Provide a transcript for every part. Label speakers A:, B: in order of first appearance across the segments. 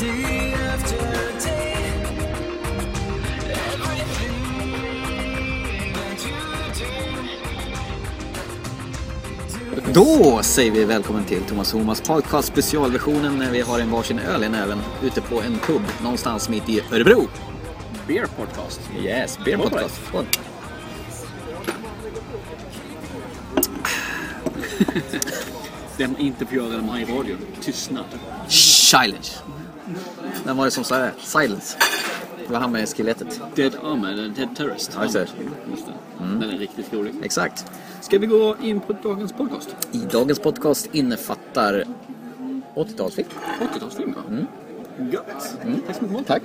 A: Day after day, everything that you do.
B: Då säger vi välkommen till Thomas Homas podcast specialversionen när vi har en varsin öl i näven ute på en pub någonstans mitt i Örebro.
C: Beer Podcast.
B: Yes, beer podcast. Skål.
C: Den intervjuade man i radio. Tystnad.
B: Silence. Vem var det som sa det? Silence. Det var han med skelettet.
C: Dead Army, eller Dead Terrorist.
B: Ja, just det.
C: Just det. Den är riktigt rolig.
B: Exakt.
C: Ska vi gå in på dagens podcast?
B: I dagens podcast innefattar 80-talsfilm.
C: 80-talsfilm, va? Gött! Mm. Tack så mycket. Mål.
B: Tack.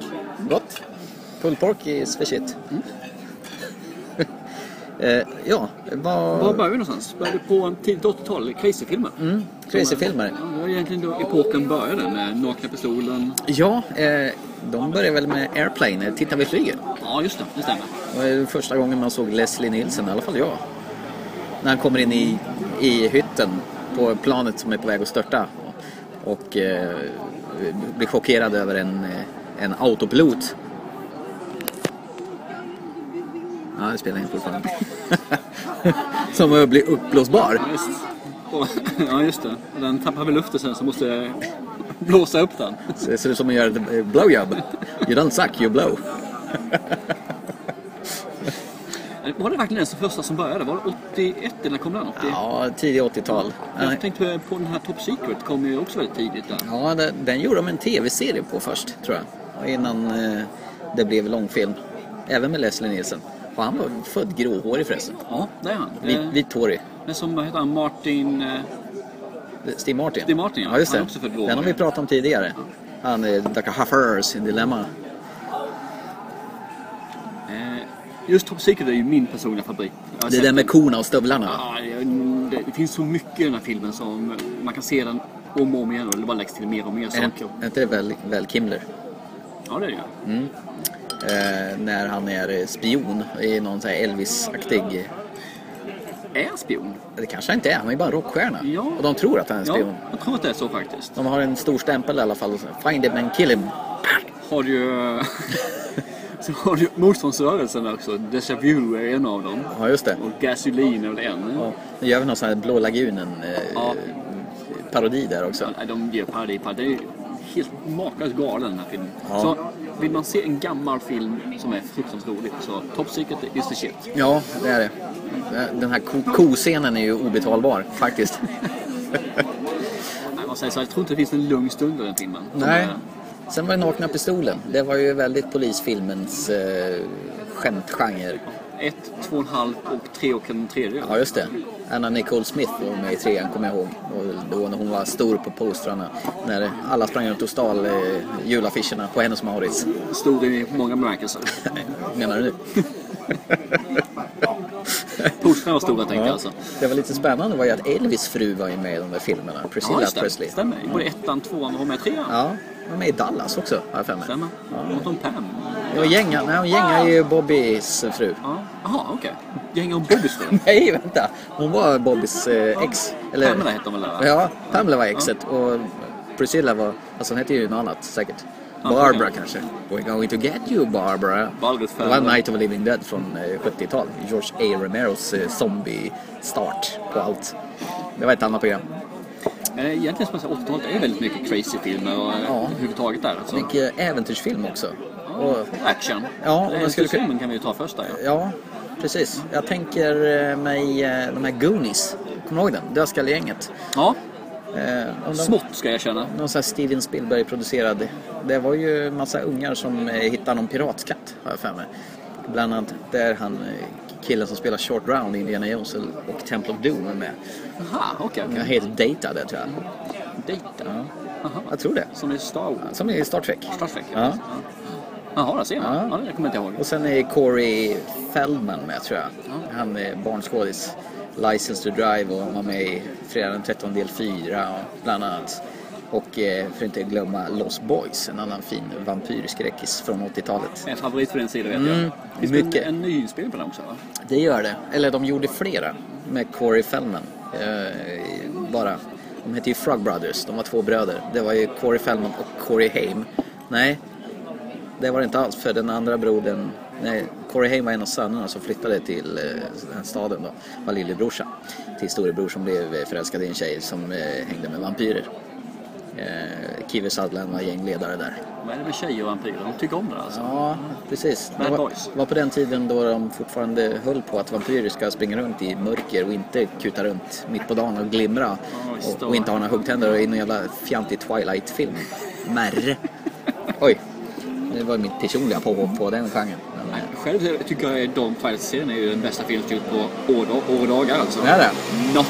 B: Gott. Mm. Pulled pork is the shit. eh, ja,
C: Var
B: vad...
C: börjar vi någonstans? Börjar vi på tidigt 80-tal? Crazy-filmer? Mm.
B: Crazy-filmer.
C: Ja, det var egentligen då epoken började med Nakna Pistolen.
B: Ja, eh, de börjar väl med Airplane, eh, Titta vi flyger.
C: Ja, just det. Det stämmer.
B: Det var ju första gången man såg Leslie Nielsen, i alla fall jag. När han kommer in i, i hytten på planet som är på väg att störta och eh, blir chockerad över en, eh, en autopilot. Ja, det spelar in fortfarande. som eh, blir uppblåsbar.
C: Ja, Just. Och, ja, just det. Den tappar väl luften sen så måste jag blåsa upp den.
B: Så Det ser ut som att göra ett eh, blowjob. You don't suck, you blow.
C: Var det verkligen den första som började? Var det 81 eller kom den? 80?
B: Ja, tidigt 80-tal.
C: Jag tänkte på den här Top Secret, kom ju också väldigt tidigt där.
B: Ja, den, den gjorde de en tv-serie på först, tror jag. Och Innan eh, det blev långfilm. Även med Leslie Nielsen. Och han var född gråhårig förresten.
C: Ja, det är han.
B: Vit,
C: Eh,
B: vit Tory.
C: Men som, vad heter han, Martin... eh,
B: Steve Martin.
C: Steve Martin, ja.
B: ja just
C: Han
B: det.
C: är också född gråhårig.
B: Den har vi pratat om tidigare. Han är Dr. Huffers i Dilemma.
C: eh, Just Top Secret är ju min personliga favorit. Jag har
B: Det
C: sett
B: där med
C: den-
B: korna och stövlarna.
C: Ja, det- det finns så mycket i den här filmen som man kan se den om och om igen och det bara läggs till mer och mer
B: Är
C: saker.
B: det- är inte det väl, väl Kimler?
C: Ja, det är det ju.
B: Eh, när han är eh, spion i någon sån här Elvis-aktig...
C: Är han spion?
B: Det kanske han inte är, han är ju bara en rockstjärna.
C: Ja.
B: Och de tror att han är en
C: Ja,
B: spion.
C: jag tror att det är så faktiskt.
B: De har en stor stämpel i alla fall. Find him and kill him.
C: Har du... så har du motståndsrörelsen också. Deja Vu är en av dem.
B: Ja, just det.
C: Och Gasoline är väl en.
B: Ja, Nu gör vi någon sån här Blå lagunen eh,
C: Ja.
B: parodi där också.
C: Ja, de ger parodi på det. är helt makalöst galen den här filmen.
B: Ja.
C: Så vill man se en gammal film som är fruktansvärt rolig så Top Secret is the shit.
B: Ja, det är det. Den här ko- koscenen är ju obetalbar faktiskt.
C: Nej, Man säger så här, jag tror inte det finns en lugn stund i den filmen. Som är-
B: Sen var det Nakna Pistolen. Det var ju väldigt polisfilmens eh, skämtgenre.
C: Ett, två och en halv och tre och en tredje.
B: Ja, just det. Anna Nicole Smith var med i trean, kommer jag ihåg. Och då när hon var stor på postrarna. När alla sprang runt och stal eh, julaffischerna på hennes Mauritz.
C: Stor i många bemärkelser.
B: Menar du nu?
C: Portarna var stora tänkte jag alltså.
B: Det var lite spännande var ju att Elvis fru var ju med i de där filmerna. Priscilla
C: just det.
B: Presley. Mm.
C: Stämmer. Både ettan, tvåan och med trean.
B: Ja, hon är med i Dallas också har jag för mig.
C: Stämmer. Och Tom Pam.
B: Och gänga, nej, hon gängar ju Bobbys eh, fru.
C: Ja. Jaha, okej. Gäng av Bobbys då?
B: Nej, vänta. Hon var Bobbys eh, ex. Eller,
C: Pamela hette hon väl? där, va?
B: Ja, Pamela var exet och Priscilla var, alltså hon hette ju något annat säkert.
C: Ja,
B: Barbara
C: okej.
B: kanske. We're going to get you Barbara.
C: Valget
B: Det
C: fan.
B: var en Night of the Living Dead från eh, 70-tal. George A. Romeros eh, zombie-start på allt. Det var ett annat program.
C: Eh, Egentligen ska man säga 80-talet är väldigt mycket crazy-filmer och
B: Ja.
C: ja. överhuvudtaget där alltså.
B: Mycket eh, äventyrsfilm också. Och,
C: Action.
B: Ja,
C: Eh,
B: man skulle kunna-
C: filmen kan vi ju ta först där ja.
B: ja, precis. Jag tänker eh, mig eh, de här Goonies. Kommer du ihåg den? Dödskallegänget.
C: Ja,
B: Eh, om de-
C: smått ska jag känna.
B: Någon sån här Steven Spielberg producerad. Det var ju massa ungar som eh, hittade någon piratskatt har jag för mig. Bland annat där han eh, killen som spelar Short Round i Indiana Jones och Temple of Doom är med.
C: Jaha, okej.
B: Han
C: Okay,
B: heter Data det tror jag.
C: Data. Jaha.
B: Jag tror det.
C: Som i Star Wars.
B: Som i Star Trek.
C: Star Trek.
B: Ja.
C: Ja. Jaha, där ser man.
B: Ja.
C: Ja, det kommer jag inte ihåg.
B: Och sen är Corey Feldman med tror jag. Han är barnskådis. License to Drive och han var med i Fredag den 13 del 4 och bland annat. Och eh, för att inte glömma Lost Boys, en annan fin vampyrskräckis från 80-talet.
C: En favorit för den sidan vet
B: Mm,
C: jag. Finns det
B: mycket.
C: en, en ny inspelning på den också va?
B: Det gör det. Eller de gjorde flera med Corey Feldman. Eh, bara. De hette ju Frog Brothers, de var två bröder. Det var ju Corey Feldman och Corey Haim. Nej, det var det inte alls. För den andra brodern, nej, Corey Haim var en av sönerna som flyttade till eh, den staden då. Var lillebrorsa till storebror som blev eh, förälskad i en tjej som eh, hängde med vampyrer. Eh, Kiwi Sutherland var gängledare där.
C: Vad är det med tjejer och vampyrer? De tycker om det alltså.
B: Ja, precis.
C: Bad
B: det var,
C: boys.
B: var på den tiden då de fortfarande höll på att vampyrer ska springa runt i mörker och inte kuta runt mitt på dagen och glimra.
C: just
B: och,
C: det.
B: och inte ha några huggtänder och i någon jävla fjantig Twilight-film. Märre. Oj. Det var mitt personliga påhopp på den genren. Men, eh,
C: Själv tycker jag att de Twilight-serien är ju den bästa filmen till på år, år och dagar alltså.
B: Det är det.
C: Not.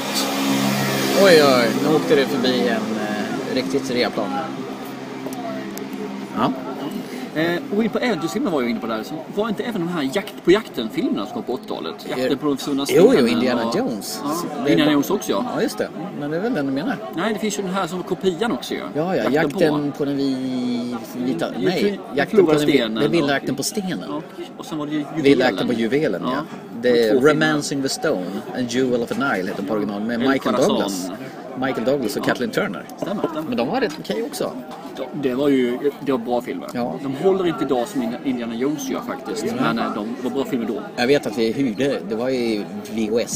B: Oj, oj. Nu åkte du förbi en eh, riktigt reaplan här. Ja.
C: Eh, och in på äventyrsfilmer var jag inne på där. Så var inte även de här Jakt på jakten-filmerna som kom på 80-talet? Jakten på de försvunna
B: Jo, jo.
C: stenen
B: Indiana
C: och-
B: Jones.
C: Ja,
B: Det är
C: Indiana
B: bara-
C: Jones också ja.
B: Ja, just det. Men det är väl den du menar?
C: Nej, det finns ju den här som kopian också ju.
B: Ja, ja. Jakten på den vi- vita...
C: Den
B: Nej,
C: förlorade
B: jakten på den vi-
C: stenen
B: den vilda
C: och-
B: jakten på stenen.
C: Ja, och sen var det ju juvelen.
B: Vilda jakten på juvelen, ja. Det
C: Två
B: är
C: filmer.
B: Romancing the Stone, and Jewel of the Nile heter den på original med
C: El
B: Michael
C: Corazon.
B: Douglas. Michael Douglas och
C: Ja.
B: Kathleen Turner.
C: Stämmer, stämmer.
B: Men de var rätt okej också.
C: De- Det var ju det var bra filmer.
B: Ja.
C: De håller inte idag som Indi- Indiana Jones gör faktiskt. Men eh, de var bra filmer då.
B: Jag vet att vi hyrde, det var i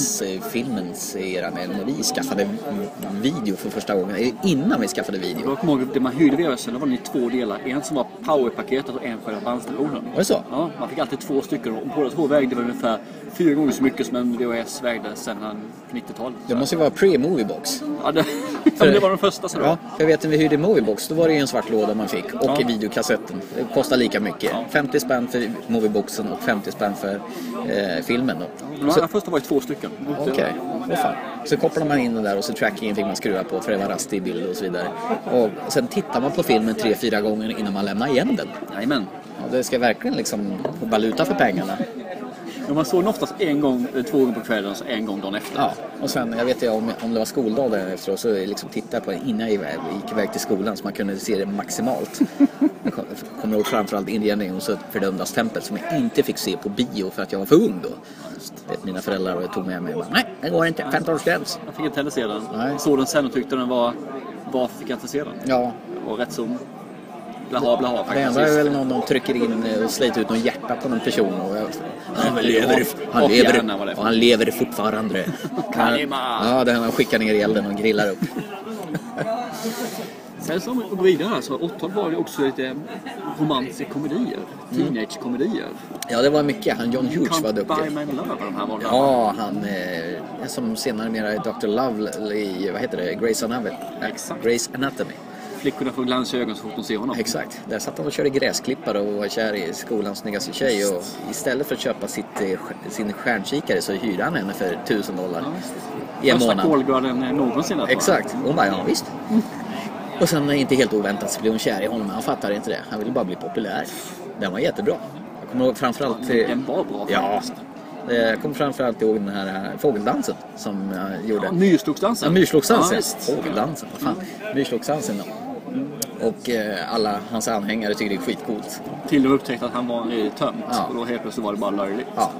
B: VHS-filmens era när när vi skaffade video för första gången, eller innan vi skaffade video.
C: Jag kommer ihåg det man hyrde VHS, det var den i två delar. En som var powerpaketet och en själva bandstationen.
B: Var det så?
C: Ja, man fick alltid två stycken och båda två vägde väl ungefär fyra gånger så mycket som en VHS vägde sedan 90-talet.
B: Det måste ju vara pre-moviebox.
C: Ja, det, ja, men det var den första så
B: Ja,
C: då.
B: för jag vet när vi hyrde Moviebox, då var det ju en svart låda man fick och
C: Ja.
B: i videokassetten. Det kostade lika mycket.
C: Ja.
B: 50 spänn för Movieboxen och 50 spänn för eh, filmen då.
C: De
B: Så-
C: allra första var ju två stycken.
B: Okej, vad fan. Så kopplade man in den där och så trackingen fick man skruva på för det var rastig bild och så vidare. Och sen tittar man på filmen tre, fyra gånger innan man lämnar igen den.
C: Jajamän.
B: Ja, det ska verkligen liksom få valuta för pengarna.
C: Ja, man såg den oftast en gång, eh, två gånger på kvällen och så en gång dagen efter.
B: Ja, och sen, jag vet ju om, om det var skoldag där efteråt så liksom tittade jag på den innan jag iväg- gick iväg till skolan så man kunde se det maximalt. Jag kom- kommer ihåg framförallt Indiana Jones och fördömdas tempel som jag inte fick se på bio för att jag var för ung då. Det, mina föräldrar tog med mig och bara, nej, det går inte, 15-årsgräns.
C: Jag fick inte heller se den.
B: Nej.
C: Såg den sen och tyckte den var... Varför fick jag inte se den?
B: Ja,
C: Och rätt som... Blaha,
B: Det
C: blaha faktiskt.
B: enda är väl någon de trycker in eh, och sliter ut någon hjärta på någon person. Och jag, han lever, han
C: Och
B: lever,
C: hjärna var det.
B: och han lever fortfarande.
C: Kalima.
B: Ja, den han skickar ner i elden och grillar upp.
C: Sen så om vi går vidare så 80 var det också lite romansekomedier. Teenagekomedier.
B: Ja, det var mycket. Han John Hughes Mm. var
C: Can't
B: duktig.
C: buy my love var de här var ja.
B: Ja, han eh, som senare mera är Dr. Love i, vad heter det, Grace Anatomy.
C: Exakt.
B: Grace Anatomy.
C: Flickorna får glansögon så fort de ser honom.
B: Exakt. Där satt han och körde gräsklippare och var kär i skolans snyggaste tjej. Och istället för att köpa sitt, eh, sk- sin stjärnkikare så hyrde han henne för 1000 dollar
C: Ja, visst.
B: i en
C: Första
B: månad.
C: kolgröden eh, någonsin. att vara.
B: Exakt. Hon bara, ja visst.
C: Mm.
B: Och sen eh, inte helt oväntat så blev hon kär i honom, men han fattade inte det. Han ville bara bli populär. Den var jättebra. Jag kommer ihåg framförallt... eh,
C: Den var bra.
B: Ja. Eh, Jag kommer framförallt ihåg den här eh, fågeldansen som jag gjorde.
C: Ja, Myrstocksdansen.
B: Ja, myrslågsdansen.
C: Ja, visst.
B: Fågeldansen, vad fan. Myrslågsdansen då. Och eh, alla hans anhängare tyckte det är skitcoolt.
C: Till de upptäckte att han var eh, tömt.
B: Ja.
C: Och då helt plötsligt var det bara löjligt.
B: Ja.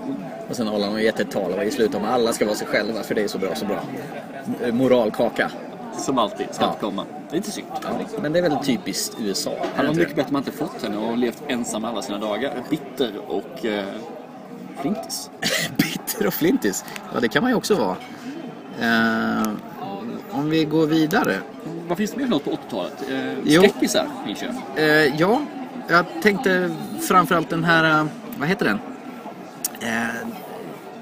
B: Och sen håller han och jättetal och i slutet om alla ska vara sig själva för det är så bra, så bra. Eh, Moralkaka.
C: Som alltid, ska
B: Ja.
C: inte komma. Det är inte synd.
B: Ja. Men det är väl typiskt USA. är
C: Han
B: det
C: var
B: inte
C: mycket bättre om han inte fått henne och levt ensam alla sina dagar. Bitter och eh, flintis.
B: Bitter och flintis. Ja, det kan man ju också vara. Eh, om vi går vidare.
C: Vad finns det mer för något på 80-talet? Eh,
B: Jo.
C: skräckisar finns ju.
B: Eh, ja, jag tänkte framförallt den här, eh, vad heter den? Eh,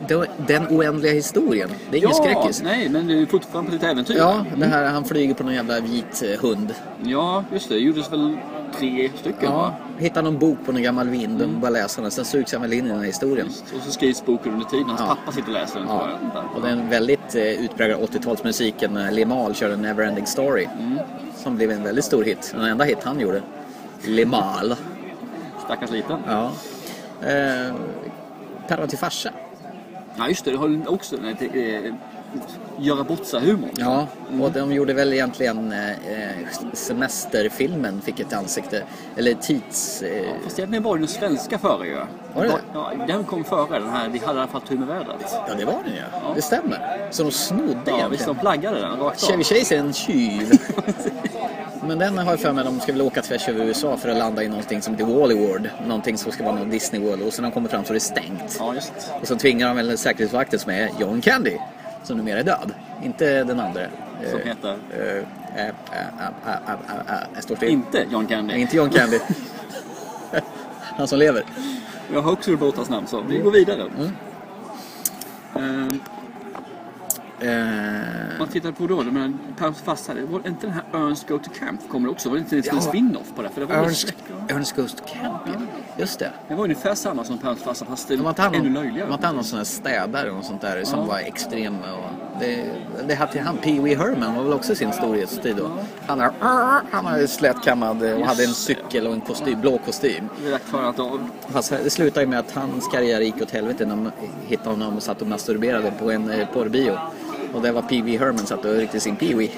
B: det- den oändliga historien. Det är ingen skräckis.
C: nej, men det är fortfarande på lite äventyr.
B: Ja, det här, han flyger på någon jävla vit eh, hund.
C: ja, just det. Det gjordes väl tre stycken,
B: Ja,
C: va?
B: hittar någon bok på någon gammal vind och bara läser den. Sen sugs han väl in i den här historien.
C: Och så skrivs boken under tiden. Hans
B: Ja.
C: pappa sitter och läser den.
B: Ja,
C: tror jag. Där.
B: och den väldigt eh, utpräglade eh, 80-talsmusiken när Limal körde Neverending Story. Som blev en väldigt stor hit. Den enda hit han gjorde. Limal.
C: Stackars liten.
B: Ja. Eh, Päron till farsa.
C: Ja, just det. Det har också den här eh, göra bort sig-humorn.
B: Ja, och de gjorde väl egentligen eh, eh, semesterfilmen fick ett ansikte. Eller tids... Eh,
C: Fast egentligen var det den svenska före ju.
B: Var det det?
C: Ja, den kom före den här Vi hade i alla fall tur med vädret.
B: ja, det var den ju. Det stämmer. Så de snodde
C: Ja, visst,
B: egentligen.
C: de plaggade den rakt av.
B: Chevy Chase är en tjuv. Men den har jag för mig, de ska väl åka tvärs över USA för att landa i någonting som heter Wallywood. Någonting som ska vara någon Disney World och sen har de kommit fram så det är stängt.
C: Ja, just
B: Och så tvingar de väl säkerhetsvakten som är John Candy, som numera är död. Inte den andra.
C: Som
B: Eh,
C: heter?
B: eh, eh, eh, eh, eh, eh, eh, Jag står still.
C: Inte John Candy.
B: Inte John Candy. Han som lever.
C: Jag har också Robotas namn så vi går vidare.
B: Mm.
C: Eh,
B: Eh,
C: man tittar på då, men paus fast här. Var inte den här Ernst Go To Camp kommer också? Var det inte en
B: Ja.
C: liten spin-off på det? För det var väl
B: Ernst,
C: skräck, va?
B: Ernst Goes to Camp, ja. Just det.
C: Det var ungefär samma som Pounds fasta fast det
B: De
C: var
B: har tagit
C: ännu
B: någon, de
C: löjligare.
B: har tagit någon sån här städare och något sånt där som
C: Ja.
B: var extrem. Och det, det hade han, Pee Wee Herman var väl också sin storhetstid då. Han har, han har ju slätkammad och
C: Just
B: hade en
C: det.
B: cykel och en kostym, blå kostym.
C: Vi har klarat av.
B: Fast det slutade ju med att hans karriär gick åt helvete när de hittade honom och satt och masturberade på en eh, porrbio. Och där var Pee Wee Herman satt och rykte sin Pee Wee.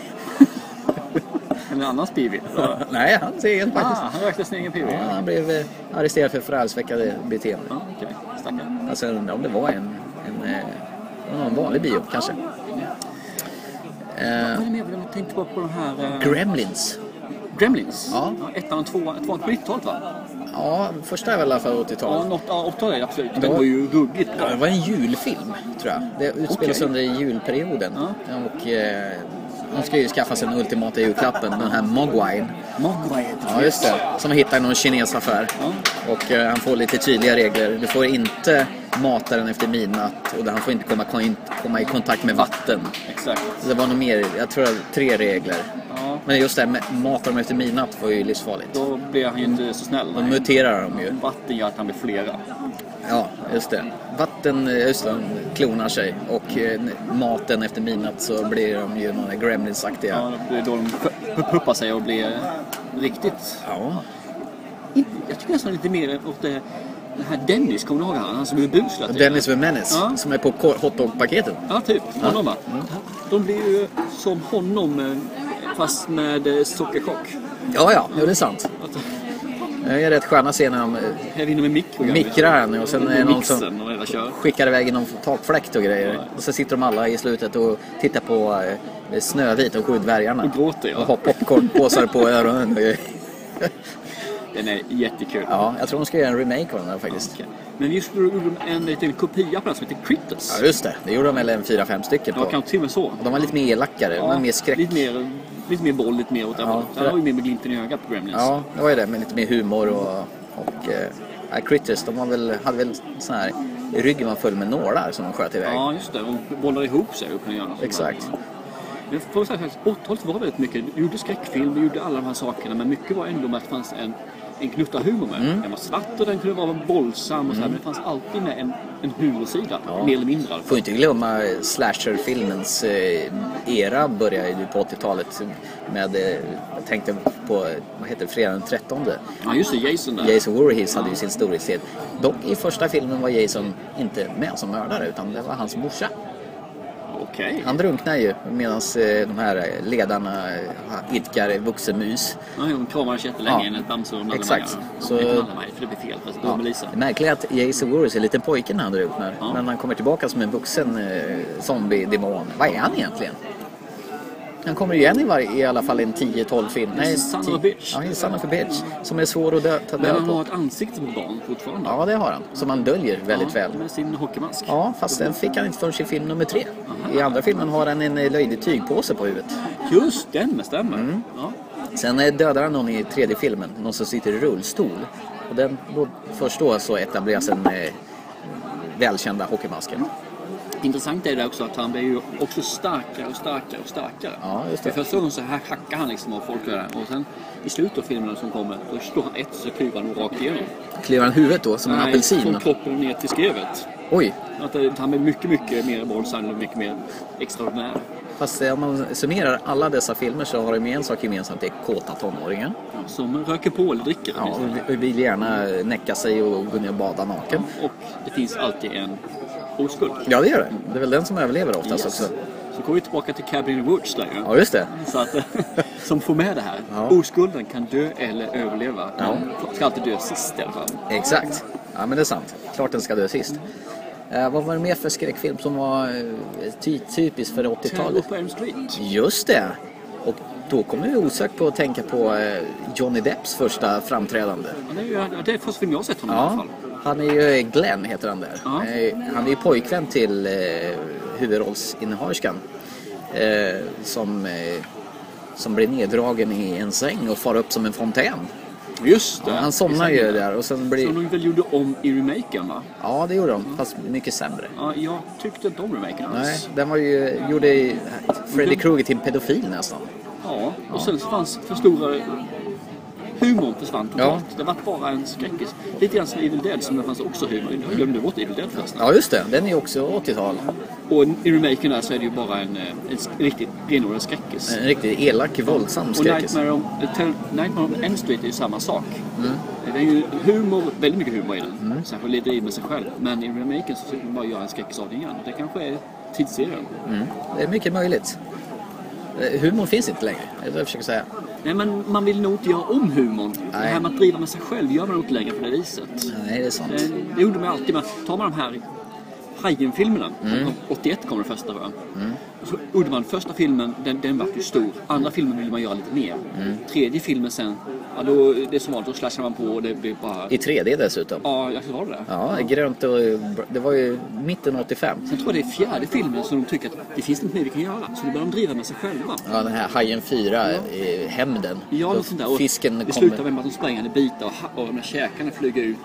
C: En annan spivig.
B: Nej, han ser helt
C: Ah,
B: faktiskt.
C: han rökte sin egen
B: Ja,
C: pivig.
B: han blev eh, arresterad för förargelseväckande beteende.
C: Ja, okej. Stackarn.
B: Alltså jag undrar om det var en, en, eh, det var en vanlig bio kanske. Eh,
C: Vad är det mer? Jag tänkte bara på de här... eh,
B: Gremlins.
C: Gremlins.
B: Ja.
C: Ettan och tvåan. Tvåan på 90-talet va?
B: Ja, första är väl i alla fall 80-tal.
C: Ja, något, ja 80-talet absolut.
B: Det
C: Det
B: var-
C: var ju ruggigt
B: Ja, det
C: bra.
B: var en julfilm, tror jag. Det utspelas
C: Okej.
B: under julperioden.
C: Ja.
B: Och eh, de ska ju skaffa sig den ultimata julklappen, den här Mogwine.
C: Mogwai heter
B: Ja, just det. Som de hittar i någon kinesaffär.
C: Ja.
B: Och eh, han får lite tydliga regler. Du får inte mata den efter midnatt och han får inte komma, kon- komma i kontakt med vatten.
C: Exakt.
B: Det var nog mer, jag tror det var tre regler.
C: Ja.
B: Men just det här med mata dem efter midnatt var ju livsfarligt.
C: Då blir han ju inte så snäll.
B: Då
C: nej.
B: muterar de ju.
C: Vatten gör att han blir flera.
B: Ja, just det. Vatten, eh, just det, de klonar sig. Och eh, maten efter midnatt så blir de ju några gremlinsaktiga.
C: Ja, det är då de pu- pu- puppar sig och blir riktigt...
B: Ja.
C: Jag tycker nästan lite mer åt det, det här Dennis, kommer du ihåg han? Han som blev busla
B: Och
C: typ.
B: Dennis the Menace,
C: Ja.
B: som är på ko- hotdog-paketen.
C: Ja, typ. Honom va? De blir ju som honom eh, fast med eh, sockerchock.
B: Ja, ja, jo, det är sant. Det är rätt sköna scener de eh,
C: Här inne med mikro.
B: mikrar han och sen är det någon som
C: Mixen och hela kör.
B: skickar iväg i någon takfläkt och grejer. Och så sitter de alla i slutet och tittar på eh, Snövit och Sju dvärgarna.
C: Och gråter, ja.
B: Och har popcornpåsar på öronen och grejer.
C: Den är jättekul.
B: Ja, jag tror de ska göra en remake av den här faktiskt.
C: Okej. Men just nu gjorde de en liten kopia på den som heter Critters.
B: Ja, just det. Det gjorde de väl en fyra, fem stycken
C: Ja,
B: på.
C: kanske till och med så.
B: De var lite mer elakare, de var mer skräck.
C: Lite mer, lite mer boll, lite mer åt det
B: Ja,
C: hållet.
B: för
C: Den var
B: det-
C: ju mer med glimten i ögat på Gremlins.
B: Ja, det var ju det, men lite mer humor och... och eh, ja, Critters, de var väl, hade väl sån här... Ryggen var full med nålar som de sköt iväg.
C: Ja, just det. Och bollade ihop sig och kunde göra något sånt där.
B: Exakt.
C: Men får säga att 80-talet var väldigt mycket. Du gjorde skräckfilm, du gjorde alla de här sakerna. Men mycket var ändå med att det fanns en, en knutta humor med.
B: Mm.
C: Den var svart och den kunde vara våldsam och så här, Men det fanns alltid med en, en humorsida.
B: Ja.
C: Mer eller mindre i alla
B: Får
C: fall.
B: inte glömma slasherfilmens eh, era började ju på 80-talet med, eh, jag tänkte på, eh, vad heter det, Fredag den 13.
C: Ja, just det. Jason där.
B: Jason Voorhees hade ju sin storhetstid. Dock i första filmen var Jason inte med som mördare utan det var hans morsa.
C: Okej.
B: Han drunknar ju medan de här ledarna eh, idkar vuxenmys.
C: Ja, hon kramades jättelänge
B: Ja.
C: innan ett bamse och hon
B: Exakt. Så-
C: Så... Inte nallar mig, för det blir fel. Fast ja. med Lisa.
B: Det märkliga är att Jason Voorhees är liten pojke när han drunknar.
C: Ja.
B: Men han kommer tillbaka som en vuxen eh, zombie-demon. Vad är han egentligen? Han kommer igen i, varje, i alla fall en 10-12 film. Nej,
C: son of
B: 10
C: a bitch.
B: Ja, he's son of a bitch. Som är svår att dö, ta
C: Men
B: död
C: han har
B: på.
C: ett ansikte som ett barn fortfarande.
B: Ja, det har han. Som han döljer väldigt
C: Ja,
B: väl.
C: Med sin hockeymask.
B: Ja, fast den fick han inte förrän i film nummer tre. I andra filmen har han en eh, löjlig tygpåse på huvudet.
C: Just den, det stämmer.
B: Mm.
C: Ja.
B: Sen eh, dödar han någon i tredje filmen, någon som sitter i rullstol. Och den, då, först då så etableras den eh, välkända hockeymasken.
C: Intressant är det också att han blir ju också starkare och starkare och starkare.
B: Ja, just det.
C: För första gången så här hackar han liksom av folk där. och sen i slutet av filmen som kommer, då slår han ett så klyver han rakt igenom.
B: Kliver han huvudet då som en
C: Nej,
B: apelsin?
C: Från kroppen ner till skrevet.
B: Oj,
C: Att eh, han blir mycket, mycket mer våldsam och mycket mer extraordinär.
B: fast eh, om man summerar alla dessa filmer så har de ju en sak gemensamt, det är kåta tonåringar.
C: Som liksom. röker på eller dricker.
B: Ja, och vi- och vill gärna eh, näcka sig och gå ner och bada naken.
C: Och det finns alltid en oskuld.
B: Ja, det gör det. Det är väl den som överlever oftast
C: Yes.
B: också.
C: Så går vi tillbaka till Cabin in the Woods där ju.
B: Ja, just det.
C: Så att, eh, som får med det här.
B: Ja.
C: Oskulden kan dö eller överleva.
B: Ja.
C: Men ska alltid dö sist i alla fall.
B: Exakt. Ja, men det är sant. Klart den ska dö sist. Eh, vad var det mer för skräckfilm som var eh, ty- typisk för
C: Terror
B: 80-talet?
C: på Elm Street.
B: Just det! Och Då kommer vi osökt på att tänka på eh, Johnny Depps första framträdande.
C: Han är ju, ja, det är första film jag har sett honom i alla
B: Ja,
C: fall.
B: han är ju eh, Glenn heter han där.
C: Ja.
B: Eh, Han är ju pojkvän till eh, huvudrollsinnehaverskan. Eh, som, eh, som blir neddragen i en säng och far upp som en fontän.
C: Just det.
B: Han somnar ju
C: Exakt.
B: där och sen
C: Som
B: blir...
C: de väl gjorde om i remaken va?
B: Ja, det gjorde de. Fast mycket sämre.
C: Ja, jag tyckte inte om remaken
B: Nej,
C: alls.
B: den var ju... Gjorde Freddy Krueger till en pedofil nästan.
C: Ja, och sen så fanns för stora... Humorn försvann totalt. Det var bara en skräckis. Lite grann som Evil Dead som det fanns också humor i. Jag glömde bort Evil Dead förresten.
B: Ja, just det. Den är ju också 80-tal.
C: Och i remaken där så är det ju bara en, eh, en sk- riktigt renodlad skräckis.
B: En riktigt elak, våldsam
C: Och
B: skräckis.
C: Nightmare on, eh, Tell- Nightmare on Elm Street är ju samma sak. Det är ju humor, väldigt mycket humor i den. Särskilt lite i med sig själv. Men i remaken så försöker man bara göra en skräckis av det igen. Det kanske är tidsserien.
B: Mm. Det är mycket möjligt. Eh, Humorn finns inte längre. Det är det jag försöker säga.
C: Nej men man vill nog inte göra om humorn. Det här med att driva med sig själv gör man nog inte längre på det viset.
B: Nej, det är sant.
C: Det, det gjorde man alltid. Med, tar man de här Hajen-filmerna, som kom- 81 kom den första va? Och Så gjorde man första filmen, den, den var ju stor. Andra filmen ville man göra lite mer. Tredje filmen sen, ja, då, det är som vanligt, då slashar man på och det blir bara...
B: I 3D dessutom.
C: Ja, jag var det där.
B: Ja, grönt och eh, det var ju mitten 85.
C: Sen tror jag det är fjärde filmen som de tycker att det finns inte mer vi kan göra. Så då börjar de driva med sig själva.
B: Ja, den här Hajen 4, eh, hämnden.
C: Ja,
B: Då
C: något sånt där. Och
B: Fisken
C: det slutar
B: kommer...
C: med att de spränger den i bitar och, ha- och de här käkarna flyger ut.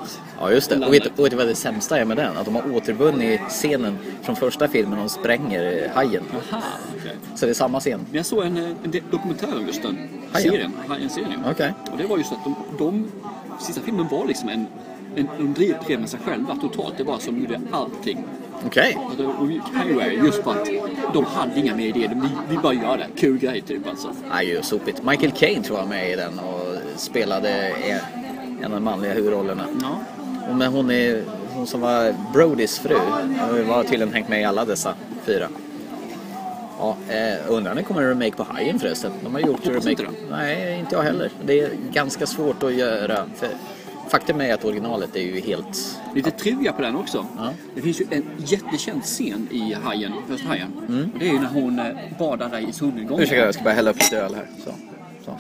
B: Ja, just det.
C: och
B: Och vet,
C: landar.
B: och vet du vad det sämsta är med den? Att de har återvunnit scenen från första filmen de spränger eh, hajen.
C: Aha, okej.
B: Så det är samma scen.
C: Men jag såg en, eh, en de- dokumentär om just den
B: Hajen.
C: serien. Hajen-serien.
B: Okej.
C: Och det var just att de, de sista filmen var liksom en, en de drev drev med sig själva totalt. Det var som gjorde allting.
B: Okej.
C: Och det och vi- Highway, just för att de hade inga mer idéer. De, vi, vi bara gör det. Kul grej typ alltså.
B: Nej, ju sopigt. Michael Caine tror jag var med i den och spelade eh, en av de manliga huvudrollerna.
C: Ja.
B: Och Men hon, är, hon som var Brodys fru eh, var tydligen hängt med i alla dessa fyra. Ja, eh, undrar när det kommer en remake på Hajen förresten. De har gjort en
C: Hoppas
B: remake.
C: inte
B: Nej, inte jag heller. Det är ganska svårt att göra. För faktum är att originalet är ju helt...
C: Lite trivia på den också.
B: Ja.
C: Det finns ju en jättekänd scen i Hajen, första Hajen. Och det är ju när hon eh, badar där i solnedgången.
B: Mm. Ursäkta, jag ska bara hälla upp lite öl här. Så. Så.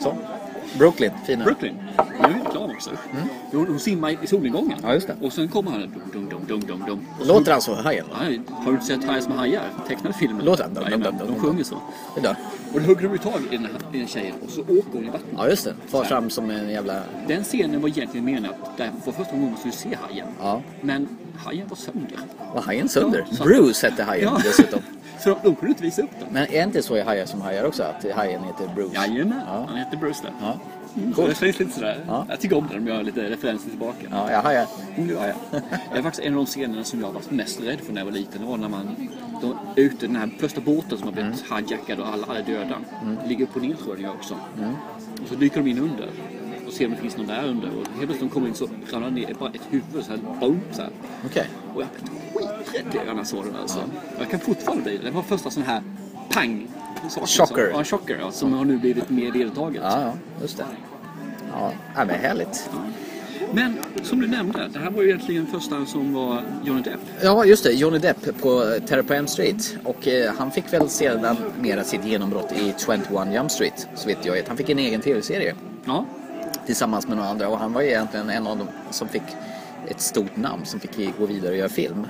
B: Så. Brooklyn, fina.
C: Brooklyn. Nu är det klar också. Hon, hon simmar i solnedgången.
B: Mm. Ja, just det.
C: Och sen kommer han. Dum, dum, dum, dum, dum, dum. Och så-
B: Låter han så, Hajen? då?
C: Nej, har du inte sett Hajar som hajar? Tecknade filmen.
B: Låter han? Dum, dum,
C: Jajamän,
B: dum,
C: De
B: dum,
C: sjunger så.
B: Det dör.
C: Och då hugger de ju tag i den här, i den här tjejen och så åker hon i vattnet.
B: Ja, just det. Far fram som en jävla...
C: Den scenen var egentligen menad att det var första gången man skulle se hajen.
B: Ja.
C: Men hajen var sönder.
B: Var Hajen sönder?
C: Ja, så-
B: Bruce hette Hajen dessutom.
C: så de, de kunde inte visa upp den.
B: Men är det inte så i hajar som hajar också? Att hajen heter Bruce?
C: Jajamän,
B: Ja.
C: han heter Bruce där.
B: Ja.
C: Mm, så
B: Coolt.
C: Det känns lite sådär.
B: Ja.
C: Jag tycker om det när de gör lite referenser tillbaka.
B: Ja, jag hajar.
C: Nu är jag. Det är faktiskt en av de scenerna som jag var mest rädd för när jag var liten. Det var när man de, är ute, den här första båten som har blivit
B: Mm.
C: hijackad och alla, alla är döda. Ligger upp och ner tror jag den gör också.
B: Mm.
C: Och så dyker de in under och ser om det finns någon där under. Och helt plötsligt när de kommer in så ramlar ner bara ett huvud så här, boom, så här.
B: Okej.
C: Och jag blev skiträdd när jag när jag såg den alltså. Och Jag kan fortfarande bli det. Det var första sån här pang. saken som-
B: Chocker.
C: Ja, chocker ja, som har nu blivit mer vedertaget.
B: Ja, ja, just det. Ja, ja men härligt.
C: Men som du nämnde, det här var ju egentligen första som var Johnny Depp.
B: Ja, just det. Johnny Depp på eh, Terror på Elm Street. Och eh, han fick väl sedan mera sitt genombrott i 21 Jump Street, så vet jag vet. Han fick en egen tv-serie
C: Ja,
B: tillsammans med några andra och han var egentligen en av dem som fick ett stort namn som fick gå vidare och göra film.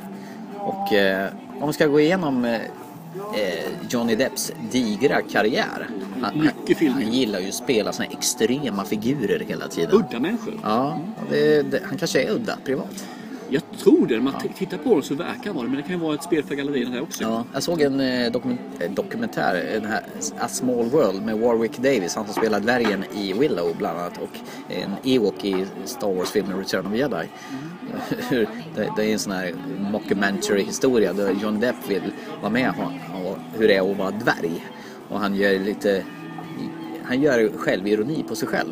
B: Och eh, om vi ska gå igenom eh, eh, Johnny Depps digra karriär. Han,
C: Mycket film.
B: han gillar ju att spela såna här extrema figurer hela tiden.
C: udda människor.
B: Ja, det, det, han kanske är udda privat.
C: Jag tror det. När man t- tittar på dem så verkar det vara det. Men det kan ju vara ett spel för gallerierna där också.
B: Ja, jag såg en eh, dokument- eh, dokumentär, den här A Small World med Warwick Davis, han som spelar dvärgen i Willow bland annat och en Ewok i Star Wars-filmen Return of the Jedi. Hur- det, det är en sån här mockumentary historia där John Depp vill vara med och, och hur det är att vara dvärg. Och han gör lite, han gör självironi på sig själv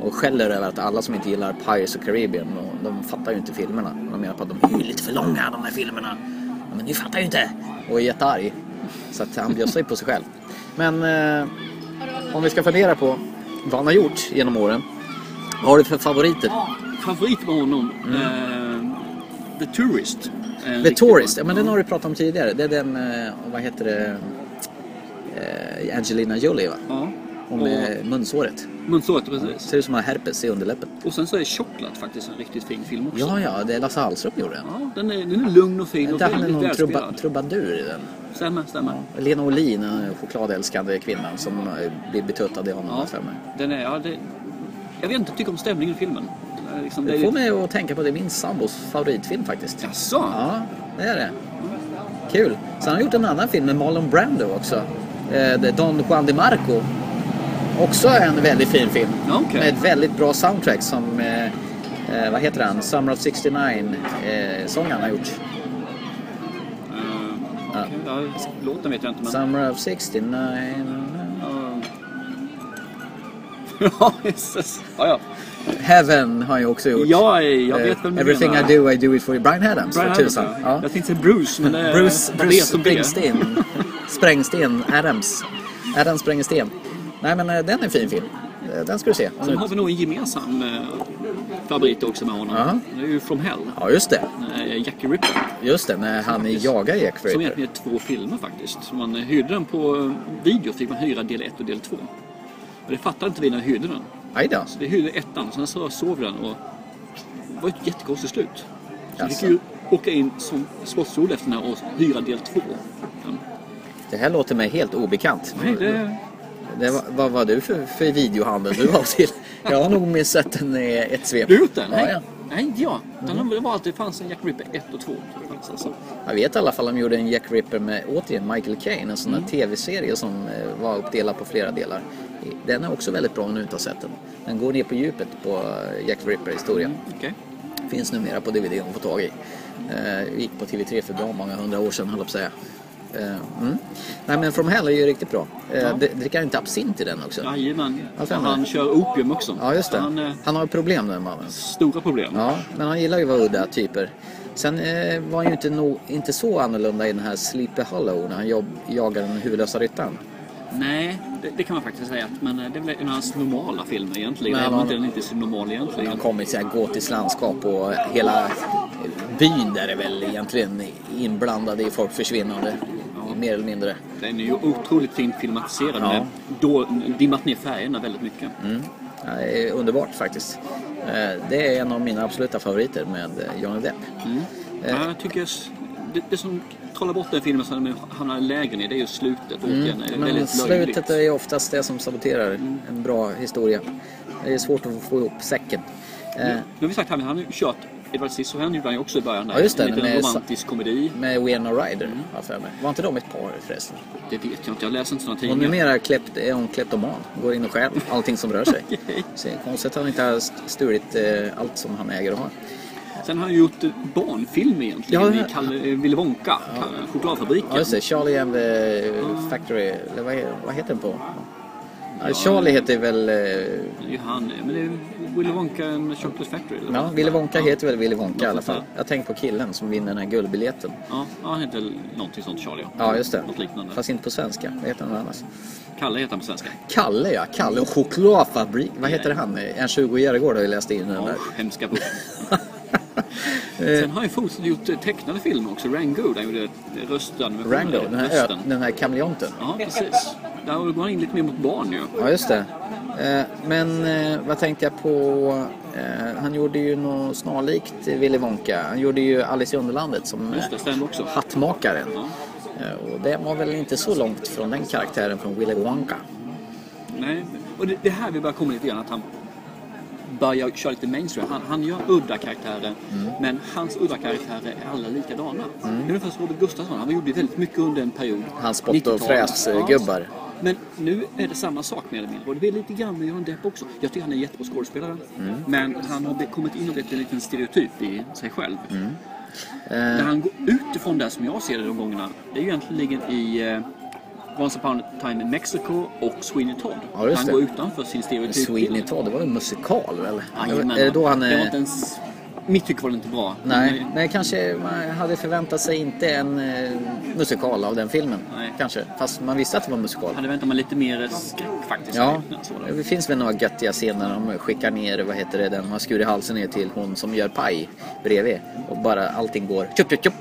B: och skäller över att alla som inte gillar Pirates of Caribbean, och de fattar ju inte filmerna. De menar på att de är ju lite för långa de här filmerna. Ja, Men ni fattar ju inte! Och är jättearg. Så att han bjössar ju på sig själv. Men eh, om vi ska fundera på vad han har gjort genom åren. Vad har du för favoriter?
C: Favorit var honom, eh, The Tourist. En
B: Mm. The
C: riktig
B: Tourist,
C: bra.
B: ja, men den har du pratat om tidigare. Det är den, eh, vad heter det, eh, Angelina Jolie va?
C: Ja.
B: Hon
C: Och
B: med munsåret.
C: Munsåret, precis.
B: Ser ut som hon har herpes i underläppen.
C: Och sen så är Chocolate faktiskt en riktigt fin film också.
B: Ja, ja, det är Lasse Hallström gjorde den.
C: Ja, den, är, den är lugn och fin och
B: Där hade
C: väldigt
B: någon truba,
C: välspelad.
B: trubadur i den.
C: Stämmer, stämmer.
B: Lena Olin, den chokladälskande kvinnan som eh, blir betuttad i honom.
C: Ja,
B: stämmer.
C: den är, ja, det, jag vet inte, jag tycker om stämningen i filmen. Det är Liksom, det
B: Det får
C: är,
B: mig att tänka på det, är min sambos favoritfilm faktiskt.
C: Jaså?
B: Ja, det är det. Kul. Sen har han gjort en annan film med Marlon Brando också. Eh, det är Don Juan de Marco. Också en väldigt fin film.
C: Ja, okej.
B: Med ett väldigt bra soundtrack som, eh, eh, vad heter han, Summer of 69-sången han har gjort.
C: Mm. Eh,
B: Ja.
C: okej, ja, låten vet jag inte, men...
B: Summer of 69,
C: eh, Ja, jösses. Ja, ja.
B: Heaven har jag också gjort.
C: Ja, jag
B: Eh,
C: vet vem du
B: Everything
C: menar.
B: I do, I do it for you. Brian Adams,
C: Brian
B: för
C: Adams,
B: tusan.
C: ja.
B: Ja.
C: Jag tänkte Bruce, men det är-
B: Bruce,
C: vad
B: Bruce
C: vet om det?
B: Springsteen. Sprängsten, Adams. Adams Sprängsten. Nej men eh, den är en fin film. Eh, Den ska du se.
C: Sen har vi nog en gemensam eh, favorit också med honom.
B: Ja.
C: Det är ju From Hell.
B: Ja just det.
C: Eh, Jackie Ripper.
B: Just det, när han jagar Jack
C: Som
B: Reaper.
C: egentligen är två filmer faktiskt. Man eh, hyrde den på eh, video, fick man hyra del 1 och del 2. Men det fattade inte vi när vi hyrde den.
B: Aj då.
C: Så vi hyrde ettan, sen så sov vi den och det var ett jättekonstigt slut. Så vi fick
B: Jaså.
C: ju åka in som sportstol efter den här och hyra del Mm. 2.
B: Det här låter mig helt obekant.
C: Nej, det...
B: Det var, vad var du för, för videohandel du var till? Jag har nog mer sett den i ett svep.
C: Du har gjort den?
B: Ja,
C: Nej,
B: ja. Mm.
C: Nej inte jag. Utan Det var alltid, det fanns en Jack Ripper 1 och 2. Alltså.
B: Jag vet i alla fall att de gjorde en Jack Ripper med, återigen, Michael Caine. En sån
C: Mm.
B: där tv-serie som eh, var uppdelad på flera delar. Den är också väldigt bra om du inte har sett den. Den går ner på djupet på eh, Jack Ripper-historien.
C: Okej.
B: Finns numera på DVD att få tag i. Eh, gick på TV3 för bra många hundra år sedan, höll jag på att säga. Eh, mm. Nej men From Hell är ju riktigt bra. Eh,
C: Ja.
B: d- Dricker han inte absint i den också? Ja,
C: Jajamän.
B: Varför är
C: Han
B: det?
C: kör opium också.
B: just det.
C: Han eh,
B: Han har problem den mannen.
C: stora problem.
B: Ja, men han gillar ju att vara udda typer. Sen eh, var han ju inte, no, inte så annorlunda i den här Sleepy Hollow när han jobb, jagar den huvudlösa ryttaren.
C: Nej, det, det kan man faktiskt säga. att- Men eh, det är väl en av hans normala filmer egentligen.
B: Men
C: Även om
B: han-
C: inte den inte är så normal egentligen.
B: Han kommer i så här gotiskt landskap och hela byn där är väl egentligen inblandade i folk försvinnande.
C: Ja.
B: Mer eller mindre.
C: Den är ju otroligt fint filmatiserad.
B: Ja. Mm.
C: men Då dimmat ner färgerna väldigt mycket.
B: Ja, det är underbart faktiskt. Eh, det är en av mina absoluta favoriter med eh, Johnny Depp.
C: Ja, jag tycker s- det, det som trollar bort den filmen som hamnar i lägen i det är ju slutet. Återigen, det är
B: Mm. Men
C: väldigt löjligt.
B: slutet är ju oftast det som saboterar en bra historia. Det är svårt att få ihop säcken. Eh,
C: Nu nu har vi sagt att han han har ju kört Edward Scissorhands gjorde han ju också i början. där.
B: Ja, just det,
C: En liten
B: med-
C: romantisk komedi.
B: Med Winona Ryder,
C: Mm.
B: har jag för mig. Var inte de ett par förresten?
C: Det vet jag inte, jag läser inte sådana
B: Och
C: tidningar.
B: numera kläppt, är hon kleptoman. Går in och stjäl allting som rör sig.
C: Okej.
B: Så det är konstigt att han inte har st- stulit eh, allt som han äger och har.
C: Sen har han ju gjort eh, barnfilm egentligen
B: Ja,
C: i
B: ja.
C: Kalle, eh, Willy Wonka, Kalle- chokladfabriken.
B: Ja just det, Charlie and the
C: Ah.
B: Factory. Eller vad, är- vad heter den på? Ja, Charlie heter väl... eh,
C: Det är ju han, men det är Willy Wonka and the Chocolate Factory. eller
B: Ja,
C: vad?
B: Willy Wonka
C: Ja.
B: heter väl Willy Wonka i alla
C: Något sånt
B: fall. Jag tänkte på killen som vinner den här guldbiljetten.
C: Ja, ja, han heter någonting sånt Charlie.
B: Ja, just det.
C: Något liknande.
B: Fast inte på svenska. Vad heter han annars?
C: Kalle heter han på svenska.
B: Kalle ja, Kalle och chokladfabrik. Vad heter han? En 20 Järegård har ju läst in den
C: Ja,
B: där.
C: hemska bok.
B: Eh,
C: Sen har ju Folsen gjort eh, tecknade filmer också. Rango, där han gjorde eh, rösten.
B: Rango, den här, ö-
C: rösten.
B: den här kameleonten.
C: Ja, precis. Där går han in lite mer mot barn ju.
B: Ja, just det. Eh, Men eh, vad tänkte jag på? Eh, Han gjorde ju något snarlikt Willy Wonka. Han gjorde ju Alice i Underlandet som
C: Just det,
B: eh,
C: stämmer också.
B: hattmakaren.
C: Ja.
B: Eh, Och det var väl inte så långt från den karaktären från Willy Wonka.
C: Nej, och det, det är här vi börjar komma lite grann att han börjar köra lite mainstream. Han, han gör udda karaktärer, men hans udda karaktärer är alla likadana. Det är ungefär som Robert Gustafsson, han gjorde väldigt mycket under en period.
B: Hans spott och
C: 90-talet.
B: fräs, eh,
C: Ja.
B: gubbar.
C: Men nu är det samma sak med Emil. Och det är lite grann med Johan Depp också. Jag tycker han är en jättebra skådespelare. Men han har be- kommit in och blivit en liten stereotyp i sig själv. Där han går utifrån det som jag ser det de gångerna, det är ju egentligen i eh, Once upon a time in Mexico och Sweeney Todd.
B: Ja, just
C: han
B: det.
C: går utanför sin stereotyp.
B: Sweeney Todd, det var ju en musikal väl?
C: Jajamän.
B: Är det då han...
C: Det var
B: eh,
C: inte ens... Mitt tycke var det inte bra.
B: Nej, nej, kanske man hade förväntat sig inte en eh, musikal av den filmen.
C: Nej.
B: Kanske. Fast man visste att det var en musikal.
C: Jag hade väntat mig lite mer skräck faktiskt.
B: Ja,
C: när jag såg den.
B: det finns väl några göttiga scener när de skickar ner, vad heter det, den har skurit halsen ner till hon som gör paj bredvid. Och bara allting går tjopp, tjopp, tjopp.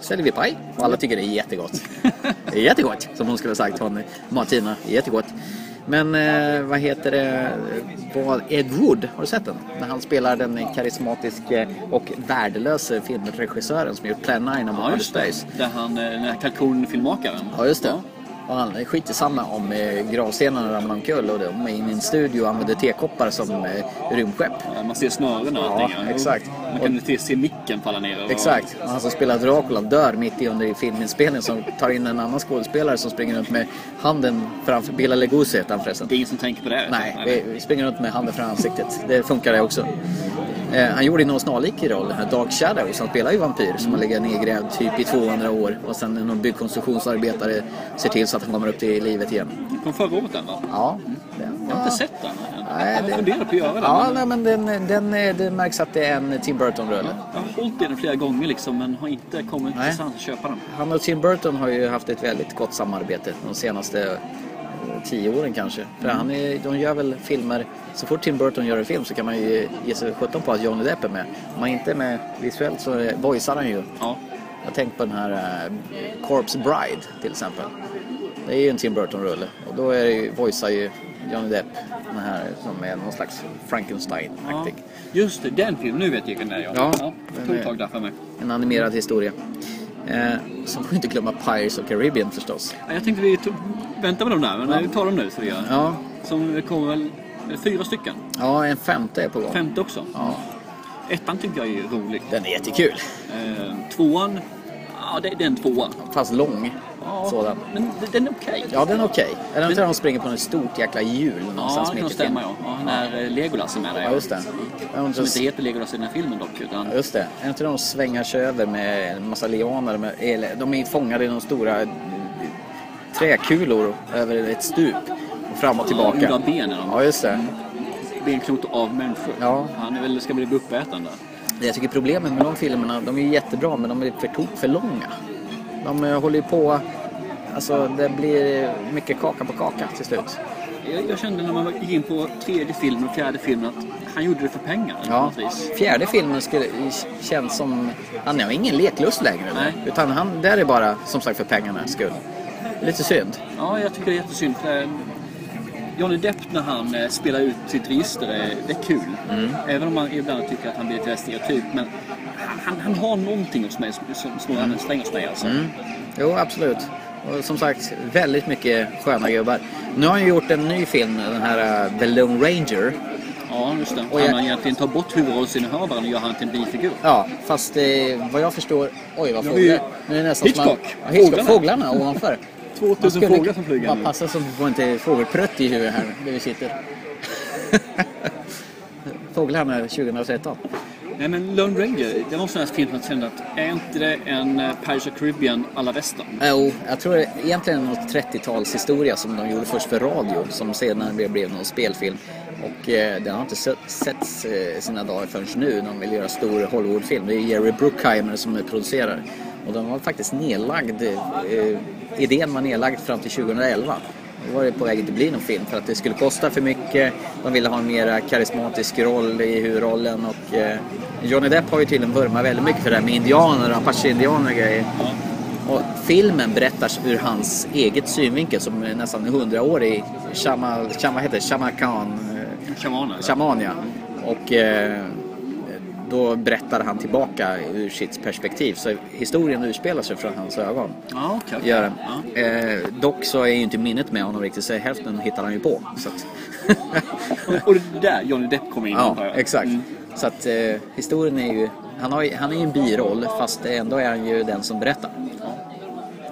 B: säljer vi paj och alla tycker det är jättegott. Det är jättegott, som hon skulle ha sagt, hon, Martina. Jättegott. Men eh, vad heter det, vad, Ed Wood, har du sett den? När han spelar den karismatiske och värdelöse filmregissören som gjort Plan 9 och
C: Ja,
B: Outer
C: just det.
B: Space.
C: Där han, eh, den här kalkonfilmmakaren.
B: Ja, just det. Och han skiter samma om eh, gravstenarna ramlade omkull och de är inne i en studio och använder tekoppar som eh, rymdskepp.
C: Ja, Man ser snören och
B: Ja,
C: allting. Jo.
B: exakt.
C: Man kan till och med se micken falla ner. och-
B: Exakt. Och Han som spelar Dracula dör mitt i under filminspelningen som tar in en annan skådespelare som springer runt med handen framför... Bela Lugosi heter han förresten.
C: Det är ingen som tänker på det.
B: Nej, vi- vi springer runt med handen framför ansiktet. Det funkar det också. Eh, han gjorde någon snarlik roll, den här Dark Shadow, så han spelar ju vampyr som har legat nedgrävd typ i 200 år och sen någon byggkonstruktionsarbetare ser till så att han kommer upp till livet igen.
C: Den kom förra året den va?
B: Ja. den
C: Jag har
B: var-
C: inte sett den.
B: Nej,
C: jag har
B: det-
C: funderat på att göra den.
B: Ja,
C: men
B: nej, men den, den, det märks att det är en Tim Burton-rulle.
C: Jag har hållit i den flera gånger liksom, men har inte kommit
B: Nej.
C: till sans att köpa den.
B: Han och Tim Burton har ju haft ett väldigt gott samarbete de senaste eh, tio åren kanske. För
C: Mm.
B: han är, de gör väl filmer, så fort Tim Burton gör en film så kan man ju ge sig sjutton på att Johnny Depp är med. Om man inte är med visuellt så är- voicear han ju.
C: Ja.
B: Jag tänkte på den här eh, Corpse Bride till exempel. Det är ju en Tim Burton-rulle och då är det ju, voicear ju Johnny Depp den här som är någon slags
C: ja.
B: Frankenstein-aktig.
C: Just det, den filmen. Nu vet jag vilken det är. Ja.
B: Ja,
C: det
B: den
C: tog
B: är-
C: ett tag där för mig.
B: En animerad historia. Eh, så får vi inte glömma Pirates of Caribbean förstås.
C: Ja, Jag tänkte vi tog, vänta med dem där, men
B: Ja.
C: vi tar dem nu. Så vi gör.
B: Ja,
C: Som kommer väl eh, fyra stycken.
B: ja en femte är på gång.
C: Femte också.
B: Ja,
C: Ettan tycker jag är rolig.
B: den är jättekul.
C: Eh, tvåan, ja det, det är en tvåa.
B: Fast lång.
C: Ja,
B: Sådan.
C: Men den- den är okej.
B: Ja, den är okej. Är det inte när de springer på ett stort jäkla hjul någonstans
C: Ja, det
B: mitt
C: kan
B: i filmen?
C: stämma ja. ja. När eh, Legolas är med där.
B: Ja, just det. Jag
C: Som
B: undrar,
C: inte heter Legolas i den här filmen dock. Utan,
B: Ja, just det. Är det inte när de svänger sig över med en massa lianer? Med, eller, de är fångade i några stora eh, träkulor över ett stup. Och fram och tillbaka.
C: gjorda av ben är de.
B: Ja, just det.
C: benknotor av människor.
B: Ja.
C: Han är väl, ska bli uppäten där.
B: Jag tycker problemet med de filmerna, de är ju jättebra men de är för tok för långa. De eh, håller ju på, alltså det blir mycket kaka på kaka till slut.
C: Jag, jag kände när man gick in på tredje filmen och fjärde filmen att han gjorde det för pengar. på
B: Ja.
C: något vis.
B: Fjärde filmen skulle, känns som, han har ingen leklust längre.
C: Nej.
B: Utan han, där är bara som sagt för pengarnas skull. Lite synd.
C: ja, jag tycker det är jättesynd. För eh, Johnny Depp när han eh, spelar ut sitt register, eh, det är kul.
B: Mm.
C: Även om man ibland tycker att han blir lite väl stereotyp. Men han, han, han har någonting hos mig som, som slår an en sträng hos mig alltså.
B: Mm. Jo, absolut. Och som sagt, väldigt mycket sköna gubbar. Nu har han ju gjort en ny film, den här eh, The Lone Ranger.
C: Ja, just det.
B: Och jag-
C: Han har egentligen tar bort huvudrollsinnehavaren och gör han till en bifigur.
B: Ja, fast eh, vad jag förstår... Oj, vad
C: Nu har vi
B: fåglar. Nu är det nästan som
C: Hitchcock.
B: Man, ja, Hitchcock.
C: Fåglarna.
B: Fåglarna. ovanför.
C: 2000
B: Man skulle
C: fåglar som flyger
B: Bara
C: nu.
B: passa så att vi får inte fågelprutt i huvudet här där vi sitter. fåglarna 2013.
C: Nej men Lone Ranger, det var en sån här film som jag kände att är inte det en eh, Pirates of Caribbean alla västern?
B: Jo, Eh, jag tror det egentligen är något 30-talshistoria som de gjorde först för radio som senare blev, blev någon spelfilm. Och eh, den har inte sett, setts eh, sina dagar förrän nu. De vill göra stor Hollywoodfilm. Det är Jerry Bruckheimer som är producerar. Och den var faktiskt nedlagd. Eh, idén var nedlagd fram till 2011. Då var det på väg att bli någon film för att det skulle kosta för mycket. De ville ha en mera karismatisk roll i huvudrollen och eh, Johnny Depp har ju tydligen vurmat väldigt mycket för det här med indianer och apache-indianer och grejer.
C: Ja.
B: Och filmen berättas ur hans eget synvinkel som är nästan är hundraårig Shama, Shama, vad heter det? Shamakan, eh,
C: Shamaner?
B: shaman ja. Och eh, då berättar han tillbaka ur sitt perspektiv. Så historien utspelar sig från hans ögon.
C: Ja, okej. okej.
B: Gör den.
C: Ja.
B: Eh, dock så är ju inte minnet med honom riktigt, så hälften hittar han ju på. Så att
C: Och, och det är där Johnny Depp kommer in.
B: Ja,
C: antar jag.
B: exakt.
C: Mm.
B: Så att eh, historien är ju... Han, har, ju- han är ju en biroll fast ändå är han ju den som berättar.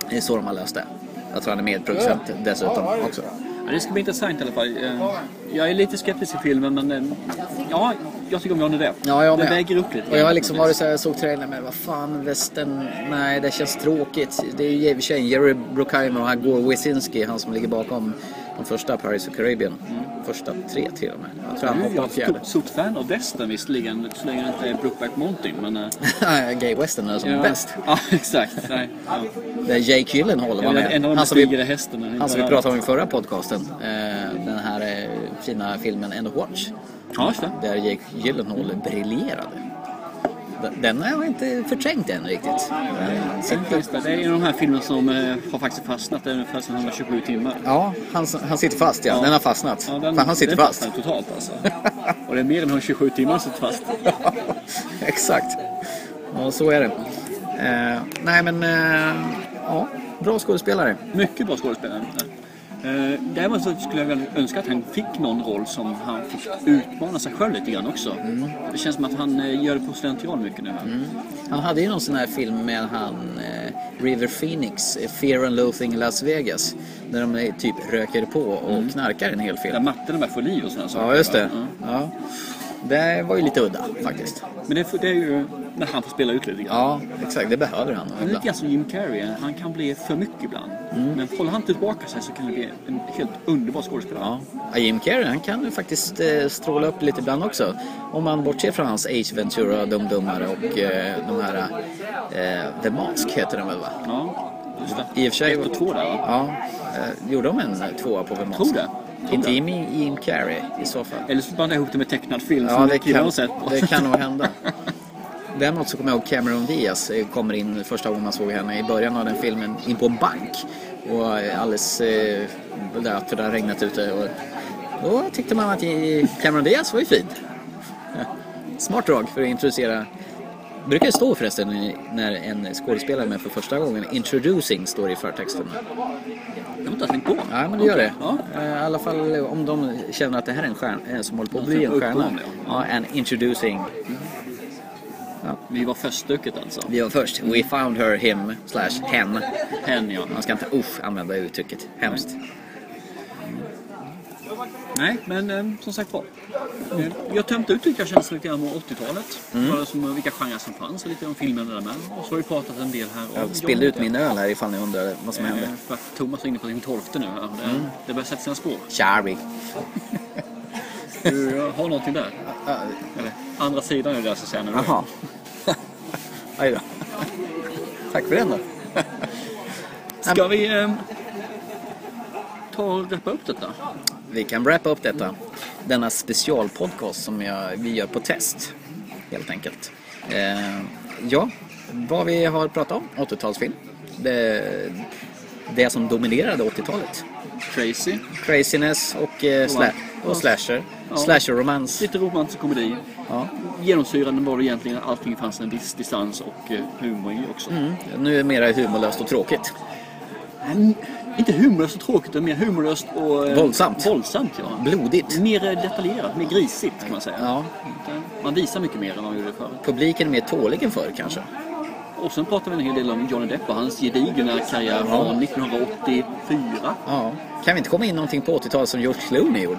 B: Det är så de har löst det. Jag tror han är medproducent dessutom också.
C: Ja, det ska bli intressant i alla fall. Eh, Jag är lite skeptisk till filmen men eh, ja, jag tycker om Johnny Depp.
B: Ja, jag
C: det
B: med.
C: väger upp lite.
B: Och jag har liksom
C: grann.
B: varit såhär, jag såg trailern men vad fan västern, nej det känns tråkigt. Det är ju i och för sig Jerry Bruckheimer och han Gore Wisinski, han som ligger bakom de första Paris och Caribbean.
C: Mm.
B: Första tre till och med. Jag tror han
C: Nu är
B: hoppade
C: jag
B: på fjärde.
C: ett stort fan av västern visserligen, så länge det inte är Brookback Mountain. Men, eh,
B: Gay western är som
C: ja.
B: bäst.
C: Ja, exakt. Nej, ja.
B: Där Jake Gyllenhaal
C: Jag
B: var
C: vill att
B: med.
C: en av de
B: Han som vi-
C: stigare hästarna.
B: Han
C: inte
B: som Alltså, vi
C: den.
B: pratade om i förra podcasten. eh, Den här eh, fina filmen End of Watch.
C: Ja, just det.
B: Där Jake Gyllenhaal briljerade. Den- Den har jag inte förträngt än riktigt. Eh, Den sitter-
C: Just det, det är en av de här filmerna som eh, har faktiskt fastnat. Den är ungefär sedan 127 timmar.
B: Ja, han, han sitter fast ja.
C: Ja.
B: Den har fastnat.
C: Ja,
B: Fan, han sitter
C: den
B: fast.
C: fastnar totalt alltså. Och det är mer än 127 timmar som sitter fast.
B: Exakt. Ja, så är det. Eh, nej, men eh, ja, bra skådespelare.
C: Mycket bra skådespelare. Eh, Däremot så skulle jag väl önska att han fick någon roll som han fick utmana sig själv lite grann också.
B: Mm.
C: Det känns som att han eh, gör det på slentrian mycket nu. va?
B: Han hade ju någon sån här film med han eh, River Phoenix, eh, Fear and Loathing in Las Vegas. Där de eh, typ röker på och
C: Mm.
B: knarkar en hel
C: Där
B: film.
C: mattorna börjar få liv och sådana saker.
B: Ja, just
C: va?
B: det.
C: Ja.
B: Ja. Det var ju lite udda faktiskt.
C: Men det, får- det är ju när han får spela ut lite grann.
B: Ja, exakt. Det behöver han.
C: Han är lite
B: ibland. Mm.
C: grann som Jim Carrey. Han kan bli för mycket ibland. Men håller han inte tillbaka sig så kan det bli en helt underbar skådespelare.
B: Ja. Ja, Jim Carrey han kan ju faktiskt eh, stråla upp lite ibland också. Om man bortser från hans Ace Ventura, Dum Dummare och eh, de här eh, The Mask heter den väl va?
C: Ja, just det.
B: I och för sig.
C: Ett och två där va?
B: Ja, eh, gjorde de en tvåa på The Mask?
C: Tror det. Tror
B: Inte
C: det.
B: Jimmy, Jim Carrey i så fall.
C: Eller så blandar jag ihop det med tecknad film
B: Ja,
C: som
B: det
C: killar
B: kan,
C: har sett på.
B: det kan nog hända. Däremot så kommer jag ihåg Cameron Diaz eh, kommer in första gången man såg henne i början av den filmen in på en bank. Och eh, alldeles eh, blöt för det har regnat ute. Och då tyckte man att eh, Cameron Diaz var ju fin. Ja. Smart drag för att introducera. Brukar det stå förresten i- när en skådespelare är med för första gången. Introducing står det i förtexten.
C: Jag har inte tänkt på.
B: Ja, men det gör det.
C: Okej, Ja.
B: Eh, I alla fall om de känner att det här är en stjärna som håller på att bli en
C: Någon som är
B: stjärna.
C: uppgående,
B: Ja, en introducing.
C: Vi var förstöket alltså.
B: Vi var först. We found her, him, slash hen.
C: Hen ja.
B: Man ska inte usch använda uttrycket. Hemskt.
C: Nej, men eh, som sagt var. Eh, Jag tömde ut lite jag känns lite grann om 80-talet.
B: Mm.
C: Bara som, eh, vilka genrer som fanns och lite om filmerna där med. Och så har vi pratat en del här om...
B: Jag spillde ut min öl här ifall ni undrar vad som hände. Mm.
C: Eh, För att Thomas är inne på sin tolfte nu. här. Det, det börjar sätta sina spår.
B: Charlie.
C: Du jag har någonting där. Eller andra sidan är det där så säger jag nu.
B: Jaha. Aj då. Tack för den då.
C: Ska vi eh, ta och reppa upp detta?
B: Vi kan wrappa upp detta. Denna specialpodcast som jag, vi gör på test. Helt enkelt. Eh, ja, vad vi har pratat om. 80-talsfilm. Det, det som dominerade 80-talet.
C: Crazy.
B: Craziness och, eh, sla- och slasher.
C: Ja.
B: Slasher-romans.
C: Lite romantisk komedi.
B: Ja.
C: Genomsyrande var det egentligen att allting fanns en viss distans och eh, humor i också.
B: Mm. Nu är det mera humorlöst och tråkigt.
C: Men Inte humorlöst och tråkigt, utan mer humorlöst och... eh,
B: Våldsamt.
C: Våldsamt, ja.
B: Blodigt.
C: Mer eh, detaljerat, mer grisigt kan man säga. Mm.
B: Ja.
C: Man visar mycket mer än man gjorde förr.
B: Publiken är mer tålig än förr kanske.
C: Och sen pratar vi en hel del om Johnny Depp och hans gedigna karriär från 1984.
B: Ja. Kan vi inte komma in någonting på 80-talet som George Clooney gjorde?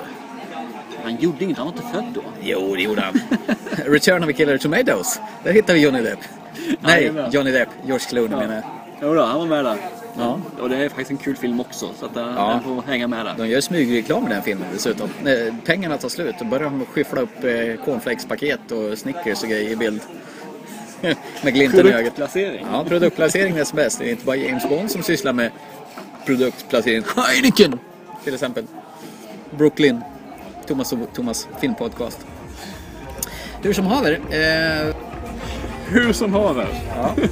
C: Han gjorde inget, han var inte född då.
B: Jo, det gjorde han. Return of the Killer Tomatoes. Där hittar vi Johnny Depp. Nej,
C: Jajamän.
B: Johnny Depp. George Clooney menar jag.
C: Jo då, han var med där.
B: Ja.
C: Och det är faktiskt en kul film också, så att den,
B: Ja.
C: den får hänga med där.
B: De gör smygreklam i den filmen dessutom. När pengarna tar slut då börjar de skyffla upp eh, cornflakespaket och Snickers och grejer i bild. Med glimten i ögat.
C: Produktplacering.
B: Ja, produktplacering är som bäst. Det är inte bara James Bond som sysslar med produktplacering. Heineken! Till exempel. Brooklyn. Thomas och Thomas filmpodcast. Hur som haver. Eh,
C: Hur som haver.
B: Ja.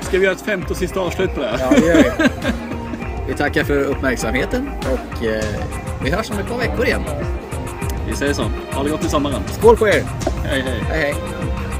C: Ska vi göra ett femte och sista avslut på det här?
B: ja, det gör vi. Vi tackar för uppmärksamheten och eh, vi hörs om ett par veckor igen.
C: Vi säger så. Ha det gott i sommaren.
B: Skål på er!
C: Hej, hej.
B: Hej hej!